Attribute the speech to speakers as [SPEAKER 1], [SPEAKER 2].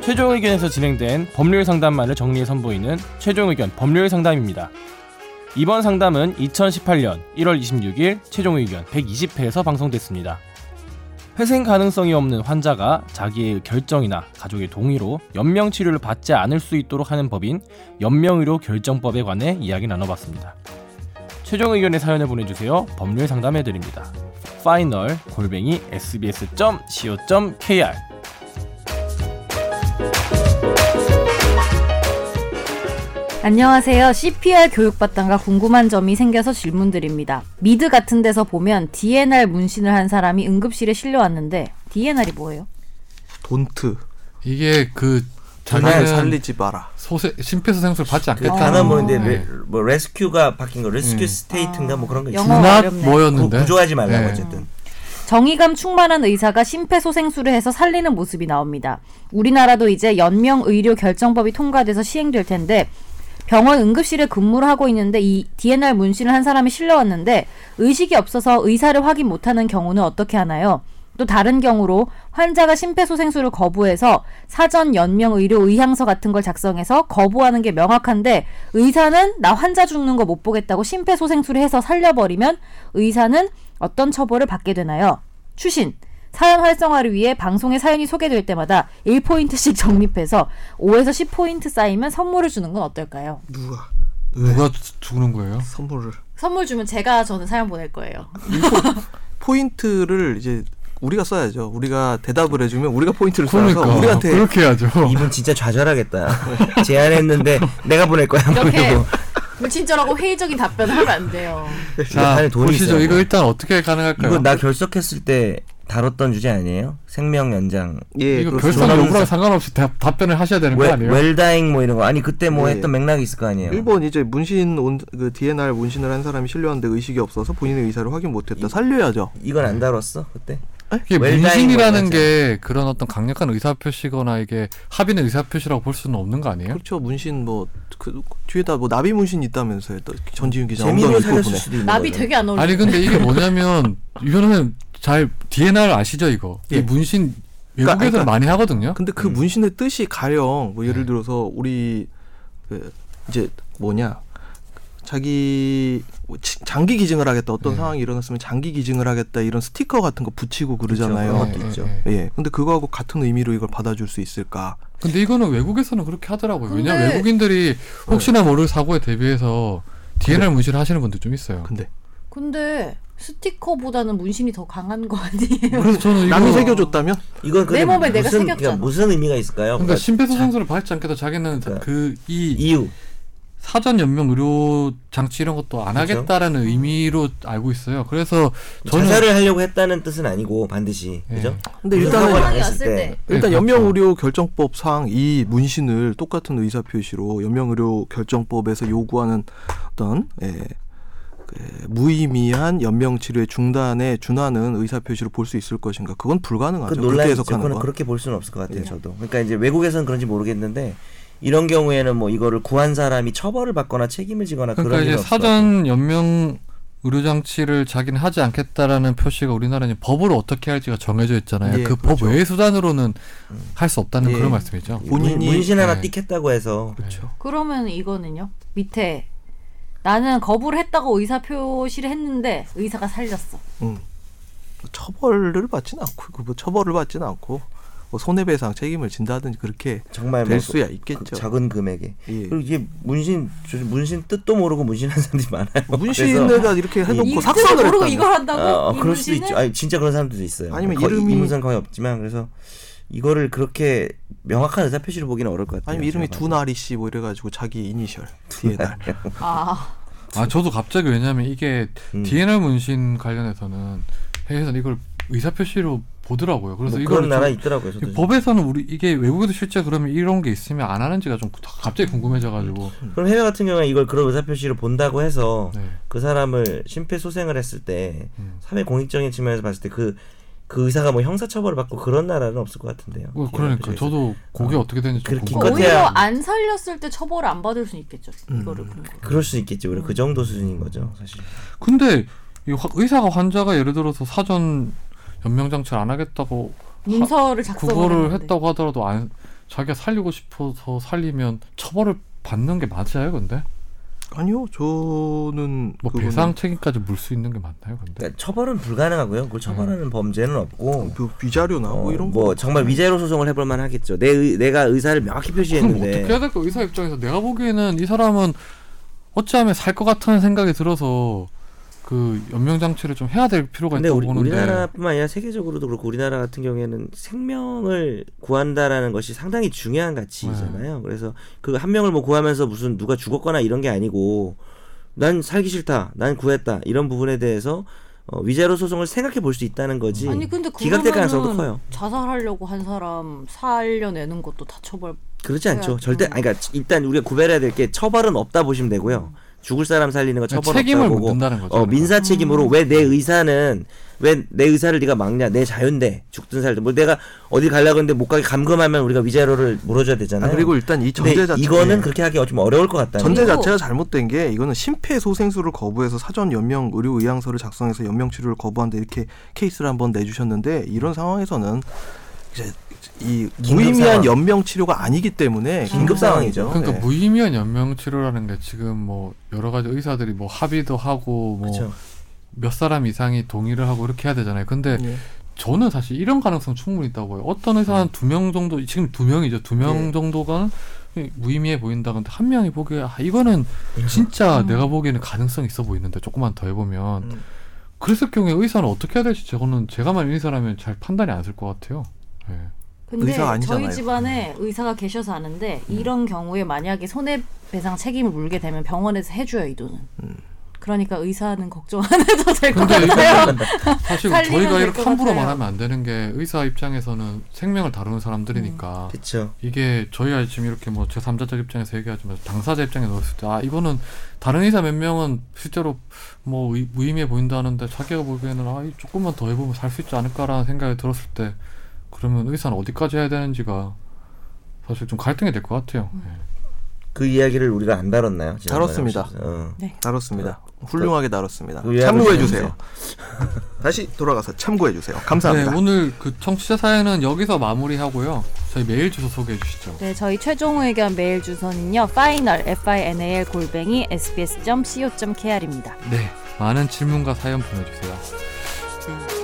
[SPEAKER 1] 최종의견에서 진행된 법률 상담만을 정리해 선보이는 최종의견 법률 상담입니다. 이번 상담은 2018년 1월 26일 최종의견 120회에서 방송됐습니다. 회생 가능성이 없는 환자가 자기의 결정이나 가족의 동의로 연명 치료를 받지 않을 수 있도록 하는 법인 연명의료 결정법에 관해 이야기 나눠봤습니다. 최종 의견의 사연을 보내주세요. 법률 상담해 드립니다. 파이널 골뱅이 sbs.co.kr
[SPEAKER 2] 안녕하세요. CPR 교육받다가 궁금한 점이 생겨서 질문드립니다. 미드 같은 데서 보면 DNR 문신을 한 사람이 응급실에 실려왔는데 DNR이 뭐예요?
[SPEAKER 3] 돈트
[SPEAKER 4] 이게 그
[SPEAKER 3] 날
[SPEAKER 4] 자기는
[SPEAKER 3] 살리지 마라.
[SPEAKER 4] 소세 심폐소생술 받지 않겠다.
[SPEAKER 5] 그 단어 뭐인데
[SPEAKER 4] 아, 네. 음.
[SPEAKER 5] 레, 뭐 레스큐가 바뀐 거 레스큐 스테이트인가 뭐 그런 거 있어요.
[SPEAKER 2] 영어.
[SPEAKER 4] 문학
[SPEAKER 2] 어렵네.
[SPEAKER 5] 구-
[SPEAKER 4] 뭐였는데?
[SPEAKER 5] 구조하지 말라고
[SPEAKER 4] 네.
[SPEAKER 5] 어쨌든.
[SPEAKER 2] 정의감 충만한 의사가 심폐소생술을 해서 살리는 모습이 나옵니다. 우리나라도 이제 연명 의료 결정법이 통과돼서 시행될 텐데 병원 응급실에 근무를 하고 있는데 이 DNR 문신을 한 사람이 실려왔는데 의식이 없어서 의사를 확인 못하는 경우는 어떻게 하나요? 또 다른 경우로 환자가 심폐소생술을 거부해서 사전 연명 의료 의향서 같은 걸 작성해서 거부하는 게 명확한데 의사는 나 환자 죽는 거 못 보겠다고 심폐소생술을 해서 살려버리면 의사는 어떤 처벌을 받게 되나요? 추신 사연 활성화를 위해 방송에 사연이 소개될 때마다 1포인트씩 적립해서 5에서 10포인트 쌓이면 선물을 주는 건 어떨까요?
[SPEAKER 3] 누가
[SPEAKER 4] 누가
[SPEAKER 5] 네.
[SPEAKER 4] 주- 죽는 거예요?
[SPEAKER 3] 선물을
[SPEAKER 2] 선물 주면 제가 저는 사연 보낼 거예요.
[SPEAKER 3] 포인트를 이제 우리가 써야죠. 우리가 대답을 해주면 우리가 포인트를
[SPEAKER 5] 어,
[SPEAKER 3] 써서
[SPEAKER 4] 그러니까
[SPEAKER 3] 우리한테
[SPEAKER 4] 그렇게 해야죠.
[SPEAKER 5] 이분 진짜 좌절하겠다. 제안했는데 내가 보낼 거야. 뭐
[SPEAKER 2] 이렇게
[SPEAKER 5] 이러고.
[SPEAKER 2] 불친절하고 회의적인 답변을 하면 안 돼요.
[SPEAKER 5] 이거
[SPEAKER 4] 자
[SPEAKER 5] 안에 돈이
[SPEAKER 4] 보시죠.
[SPEAKER 5] 있어요.
[SPEAKER 4] 이거 일단 어떻게 가능할까요?
[SPEAKER 5] 이거 나 결석했을 때 다뤘던 주제 아니에요? 생명 연장.
[SPEAKER 3] 예,
[SPEAKER 4] 이거
[SPEAKER 3] 그렇습니다.
[SPEAKER 4] 결산
[SPEAKER 5] 조남사.
[SPEAKER 4] 여부랑 상관없이 대, 답변을 하셔야 되는 거
[SPEAKER 5] 웰-
[SPEAKER 4] 음, 아니에요?
[SPEAKER 5] 웰다잉 뭐 이런 거. 아니 그때 뭐
[SPEAKER 3] 예.
[SPEAKER 5] 했던 맥락이 있을 거 아니에요.
[SPEAKER 3] 일본 이제 문신 온, 그 DNR 문신을 한 사람이 실려왔는데 의식이 없어서 본인의 의사를 확인 못했다. 살려야죠.
[SPEAKER 5] 이건 안 다뤘어 그때.
[SPEAKER 4] 이게
[SPEAKER 5] 웰다잉
[SPEAKER 4] 문신이라는
[SPEAKER 5] 거죠.
[SPEAKER 4] 게 그런 어떤 강력한 의사 표시거나 이게 합의는 의사 표시라고 볼 수는 없는 거 아니에요?
[SPEAKER 3] 그렇죠. 문신 뭐 그 뒤에다 뭐 나비 문신 있다면서요. 또 전지윤 기자
[SPEAKER 5] 재미로
[SPEAKER 3] 엉덩이
[SPEAKER 5] 살렸을
[SPEAKER 3] 부분에.
[SPEAKER 5] 수도 있는
[SPEAKER 2] 나비
[SPEAKER 5] 거죠.
[SPEAKER 2] 되게 안 어울려.
[SPEAKER 4] 아니 근데 이게 뭐냐면 이 변호사님 잘 DNR 아시죠 이거?
[SPEAKER 3] 예.
[SPEAKER 4] 이 문신
[SPEAKER 3] 그러니까,
[SPEAKER 4] 외국에서는
[SPEAKER 3] 그러니까.
[SPEAKER 4] 많이 하거든요.
[SPEAKER 3] 근데 그 문신의 뜻이 가령 뭐
[SPEAKER 4] 네.
[SPEAKER 3] 예를 들어서 우리 그 이제 뭐냐 자기 뭐 치- 장기 기증을 하겠다 어떤
[SPEAKER 4] 네.
[SPEAKER 3] 상황이 일어났으면 장기 기증을 하겠다 이런 스티커 같은 거 붙이고 그러잖아요.
[SPEAKER 5] 그런 것도 있죠.
[SPEAKER 4] 네.
[SPEAKER 3] 예. 근데 그거하고 같은 의미로 이걸 받아줄 수 있을까?
[SPEAKER 4] 근데 이거는 외국에서는 그렇게 하더라고요. 왜냐 면
[SPEAKER 2] 근데-
[SPEAKER 4] 외국인들이 혹시나 모를 사고에 대비해서 DNR 문신을 하시는 분들 좀 있어요.
[SPEAKER 3] 근데
[SPEAKER 2] 근데 스티커보다는 문신이 더 강한 거 아니에요?
[SPEAKER 4] 그래서 저는 이거
[SPEAKER 3] 남이 새겨줬다면
[SPEAKER 5] 이건
[SPEAKER 2] 내
[SPEAKER 5] 근데
[SPEAKER 2] 몸에 내가
[SPEAKER 5] 무슨,
[SPEAKER 2] 새겼잖아.
[SPEAKER 5] 그러니까 무슨 의미가 있을까요?
[SPEAKER 4] 그러니까
[SPEAKER 5] 그러니까
[SPEAKER 4] 심폐소생술을 받지 않겠다 자기는
[SPEAKER 5] 그러니까
[SPEAKER 4] 그 이
[SPEAKER 5] 이유.
[SPEAKER 4] 사전 연명 의료 장치 이런 것도
[SPEAKER 2] 음.
[SPEAKER 4] 안
[SPEAKER 5] 그렇죠. 뭐
[SPEAKER 4] 하겠다라는 의미로 알고 있어요. 그래서 저는
[SPEAKER 5] 자살을 하려고 했다는 뜻은 아니고 반드시 그죠?
[SPEAKER 3] 근데
[SPEAKER 5] 무슨
[SPEAKER 3] 일단은
[SPEAKER 5] 상황이
[SPEAKER 2] 상황이
[SPEAKER 5] 왔을
[SPEAKER 2] 왔을 때.
[SPEAKER 3] 일단
[SPEAKER 4] 네,
[SPEAKER 3] 연명
[SPEAKER 4] 그렇죠.
[SPEAKER 3] 의료 결정법상 이 문신을 똑같은 의사 표시로 연명 의료 결정법에서 요구하는 어떤 예, 그 무의미한 연명 치료의 중단에 준하는 의사 표시로 볼 수 있을 것인가? 그건 불가능하죠.
[SPEAKER 5] 그
[SPEAKER 3] 그렇게
[SPEAKER 5] 논란이 있죠.
[SPEAKER 3] 해석하는 예.
[SPEAKER 5] 그거는
[SPEAKER 3] 건.
[SPEAKER 5] 그렇게 볼 수는 없을 것 같아요. 저도. 그러니까 이제 외국에서는 그런지 모르겠는데 이런 경우에는 뭐 이거를 구한 사람이 처벌을 받거나 책임을 지거나
[SPEAKER 4] 그러니까
[SPEAKER 5] 그런 일은
[SPEAKER 4] 이제
[SPEAKER 5] 없을 것 같아요.
[SPEAKER 4] 사전 연명 의료 장치를 자기는 하지 않겠다라는 표시가 우리나라는 법으로 어떻게 할지가 정해져 있잖아요.
[SPEAKER 3] 예,
[SPEAKER 4] 그 법
[SPEAKER 3] 그렇죠.
[SPEAKER 4] 외의 수단으로는 할 수 없다는
[SPEAKER 3] 예.
[SPEAKER 4] 그런 말씀이죠.
[SPEAKER 3] 본인이-
[SPEAKER 5] 문- 문신 하나
[SPEAKER 4] 네.
[SPEAKER 5] 띡했다고 해서
[SPEAKER 3] 그렇죠.
[SPEAKER 2] 그러면 이거는요? 밑에 나는 거부를 했다고 의사 표시를 했는데 의사가 살렸어.
[SPEAKER 3] 음. 처벌을 받지는 않고 그뭐 처벌을 받지는 않고 뭐 손해배상 책임을 진다든지 그렇게
[SPEAKER 5] 정말
[SPEAKER 3] 될
[SPEAKER 5] 뭐
[SPEAKER 3] 수야
[SPEAKER 5] 그-
[SPEAKER 3] 있겠죠.
[SPEAKER 5] 그 작은 금액에.
[SPEAKER 3] 예.
[SPEAKER 5] 그리고 이게 문신 저- 문신 뜻도 모르고 문신한 사람들이 많아요. 그래서-
[SPEAKER 3] 문신에다 이렇게 해놓고
[SPEAKER 2] 이거
[SPEAKER 3] 삭삭을
[SPEAKER 2] 모르고
[SPEAKER 3] 했다.
[SPEAKER 2] 이걸 한다고?
[SPEAKER 5] 아, 어,
[SPEAKER 2] 이
[SPEAKER 5] 그럴 수도
[SPEAKER 2] 문신을?
[SPEAKER 5] 있죠. 아니 진짜 그런 사람들도 있어요.
[SPEAKER 3] 아니면
[SPEAKER 5] 거의
[SPEAKER 3] 이름이-
[SPEAKER 5] 이문상 거의 없지만 그래서 이거를 그렇게 명확한 의사 표시로 보기는 어려울 것 같아요.
[SPEAKER 3] 아니면 이름이
[SPEAKER 5] 제가
[SPEAKER 3] 두나리 씨 뭐 이래가지고 자기 이니셜 DNR
[SPEAKER 2] 아,
[SPEAKER 4] 아 저도 갑자기 왜냐하면 이게
[SPEAKER 5] 음.
[SPEAKER 4] DNR 문신 관련해서는 해외에서는 이걸 의사 표시로 보더라고요. 그래서
[SPEAKER 5] 뭐
[SPEAKER 4] 이걸
[SPEAKER 5] 그런 나라
[SPEAKER 4] 좀-
[SPEAKER 5] 있더라고요. 저도
[SPEAKER 4] 법에서는 우리 이게 외국에도 실제 그러면 이런 게 있으면 안 하는지가 좀 갑자기 궁금해져가지고
[SPEAKER 5] 그럼 해외 같은 경우에 이걸 그런 의사 표시로 본다고 해서
[SPEAKER 4] 네.
[SPEAKER 5] 그 사람을 심폐소생을 했을 때
[SPEAKER 4] 음.
[SPEAKER 5] 사회 공익적인 측면에서 봤을 때 그 그 의사가 뭐 형사 처벌을 받고 그런 나라는 없을 것 같은데요.
[SPEAKER 4] 뭐
[SPEAKER 5] 이런
[SPEAKER 4] 그러니까
[SPEAKER 5] 표시에서.
[SPEAKER 4] 저도 그게 어떻게 되는지 좀
[SPEAKER 5] 그렇죠. 그렇게
[SPEAKER 4] 궁금해요.
[SPEAKER 5] 기껏해야-
[SPEAKER 2] 그러니까 오히려 안 살렸을 때 처벌을 안 받을 수는 있겠죠. 이거를 그런 거.
[SPEAKER 5] 그럴 수 있겠죠. 우리 그 정도 수준인 거죠, 사실.
[SPEAKER 4] 근데 이 화- 의사가 환자가 예를 들어서 사전 연명 장치를 안 하겠다고
[SPEAKER 2] 문서를 작성을
[SPEAKER 4] 그거를
[SPEAKER 2] 했는데.
[SPEAKER 4] 했다고 하더라도 안 자기가 살리고 싶어서 살리면 처벌을 받는 게 맞아요, 근데?
[SPEAKER 3] 아니요, 저는
[SPEAKER 4] 뭐
[SPEAKER 3] 그거는
[SPEAKER 4] 배상 책임까지 물 수 있는 게 맞나요, 근데?
[SPEAKER 5] 그러니까 처벌은 불가능하고요. 그걸 처벌하는 범죄는 없고
[SPEAKER 3] 그 위자료나
[SPEAKER 5] 어,
[SPEAKER 3] 뭐 이런
[SPEAKER 5] 뭐
[SPEAKER 3] 거
[SPEAKER 5] 정말 위자료 소송을 해볼 만하겠죠. 내 의- 내가 의사를 명확히
[SPEAKER 4] 그럼 어떻게
[SPEAKER 5] 표시했는데
[SPEAKER 4] 해야 될까? 의사 입장에서 내가 보기에는 이 사람은 어찌하면 살 것 같은 생각이 들어서 그 연명 장치를 좀 해야 될 필요가
[SPEAKER 5] 근데
[SPEAKER 4] 있다고
[SPEAKER 5] 우리,
[SPEAKER 4] 보는데 네,
[SPEAKER 5] 우리나라뿐만 아니라 세계적으로도 그렇고 우리나라 같은 경우에는 생명을 구한다라는 것이 상당히 중요한 가치잖아요.
[SPEAKER 4] 네.
[SPEAKER 5] 그래서 그 한 명을 뭐 구하면서 무슨 누가 죽었거나 이런 게 아니고 난 살기 싫다, 난 구했다 이런 부분에 대해서 어, 위자료 소송을 생각해 볼 수 있다는 거지.
[SPEAKER 2] 아니 근데
[SPEAKER 5] 기각될 가능성도
[SPEAKER 2] 그러면은
[SPEAKER 5] 커요.
[SPEAKER 2] 자살하려고 한 사람 살려내는 것도 다 처벌.
[SPEAKER 5] 그렇지 않죠.
[SPEAKER 2] 그래요.
[SPEAKER 5] 절대. 아니, 그러니까 일단 우리가 구별해야 될 게 처벌은 없다 보시면 되고요. 죽을 사람 살리는 거 처벌
[SPEAKER 4] 책임을
[SPEAKER 5] 없다 보고.
[SPEAKER 4] 묻는다는 거죠. 그러니까.
[SPEAKER 5] 어, 민사 책임으로 왜 내 의사는 왜 내 의사를 네가 막냐? 내 자유인데 죽든 살든 뭐 내가 어디 가려고 했는데 못 가게 감금하면 우리가 위자료를 물어줘야 되잖아요.
[SPEAKER 3] 아, 그리고 일단 이
[SPEAKER 5] 근데
[SPEAKER 3] 전제 자체
[SPEAKER 5] 이거는 그렇게 하기 좀 어려울 것 같다.
[SPEAKER 3] 전제
[SPEAKER 2] 그리고-
[SPEAKER 3] 자체가 잘못된 게 이거는 심폐소생술을 거부해서 사전 연명 의료 의향서를 작성해서 연명 치료를 거부한다 이렇게 케이스를 한번 내주셨는데 이런 상황에서는 이제 이
[SPEAKER 5] 긴급
[SPEAKER 3] 무의미한
[SPEAKER 5] 상황.
[SPEAKER 3] 연명 치료가 아니기 때문에
[SPEAKER 5] 긴급 상황이죠.
[SPEAKER 4] 그러니까
[SPEAKER 3] 네.
[SPEAKER 4] 무의미한 연명 치료라는 게 지금 뭐 여러 가지 의사들이 뭐 합의도 하고 뭐
[SPEAKER 5] 그렇죠.
[SPEAKER 4] 몇 사람 이상이 동의를 하고 이렇게 해야 되잖아요. 근데
[SPEAKER 3] 예.
[SPEAKER 4] 저는 사실 이런 가능성 충분히 있다고 해요. 어떤 의사 한 두 명 정도 지금 두 명이죠. 두 명
[SPEAKER 5] 예.
[SPEAKER 4] 정도가 무의미해 보인다. 근데 한 명이 보기에 아 이거는 진짜
[SPEAKER 2] 음.
[SPEAKER 4] 내가 보기에는 가능성 이 있어 보이는데 조금만 더 해보면
[SPEAKER 5] 음.
[SPEAKER 4] 그랬을 경우에 의사는 어떻게 해야 될지 저거는 제가만 의사라면 잘 판단이 안 쓸 것 같아요. 예.
[SPEAKER 2] 근데
[SPEAKER 3] 의사가 아니잖아요. 음.
[SPEAKER 2] 저희 집안에 의사가 계셔서 아는데 이런 경우에 만약에 손해배상 책임을 물게 되면 병원에서 해줘요 이 돈은.
[SPEAKER 3] 음.
[SPEAKER 2] 그러니까 의사는 걱정 안 해도 될 것
[SPEAKER 4] 근데
[SPEAKER 2] 같아요.
[SPEAKER 4] 이거는 사실
[SPEAKER 2] 살리면
[SPEAKER 4] 저희가
[SPEAKER 2] 될
[SPEAKER 4] 이렇게
[SPEAKER 2] 것
[SPEAKER 4] 함부로
[SPEAKER 2] 같아요.
[SPEAKER 4] 말하면 안 되는 게 의사 입장에서는 생명을 다루는
[SPEAKER 3] 어.
[SPEAKER 4] 사람들이니까
[SPEAKER 5] 그렇죠.
[SPEAKER 4] 이게 저희가 지금 이렇게 뭐 제3자적 입장에서 얘기하지만 당사자 입장에 넣었을 때 아 이거는 다른 의사 몇 명은 실제로 뭐 의- 무의미해 보인다는데 자기가 보기에는 아 이 조금만 더 해보면 살 수 있지 않을까라는 생각이 들었을 때 그러면 의사는 어디까지 해야 되는지가 사실 좀 갈등이 될 것 같아요.
[SPEAKER 3] 음.
[SPEAKER 4] 예.
[SPEAKER 5] 그 이야기를 우리가 안 다뤘나요? 지난번에
[SPEAKER 3] 다뤘습니다.
[SPEAKER 5] 혹시? 어.
[SPEAKER 3] 다뤘습니다. 훌륭하게 다뤘습니다.
[SPEAKER 5] 그
[SPEAKER 3] 참고해
[SPEAKER 5] 네. 의학을
[SPEAKER 3] 주세요. 다시 돌아가서 참고해 주세요.
[SPEAKER 4] 네,
[SPEAKER 3] 감사합니다.
[SPEAKER 4] 오늘 그 청취자 사연은 여기서 마무리하고요. 저희 메일 주소 소개해 주시죠.
[SPEAKER 2] 네, 저희 최종 의견 메일 주소는요. final f i n a l 골뱅이 s b s c o k r입니다.
[SPEAKER 4] 네, 많은 질문과 사연 보내주세요.
[SPEAKER 2] 네.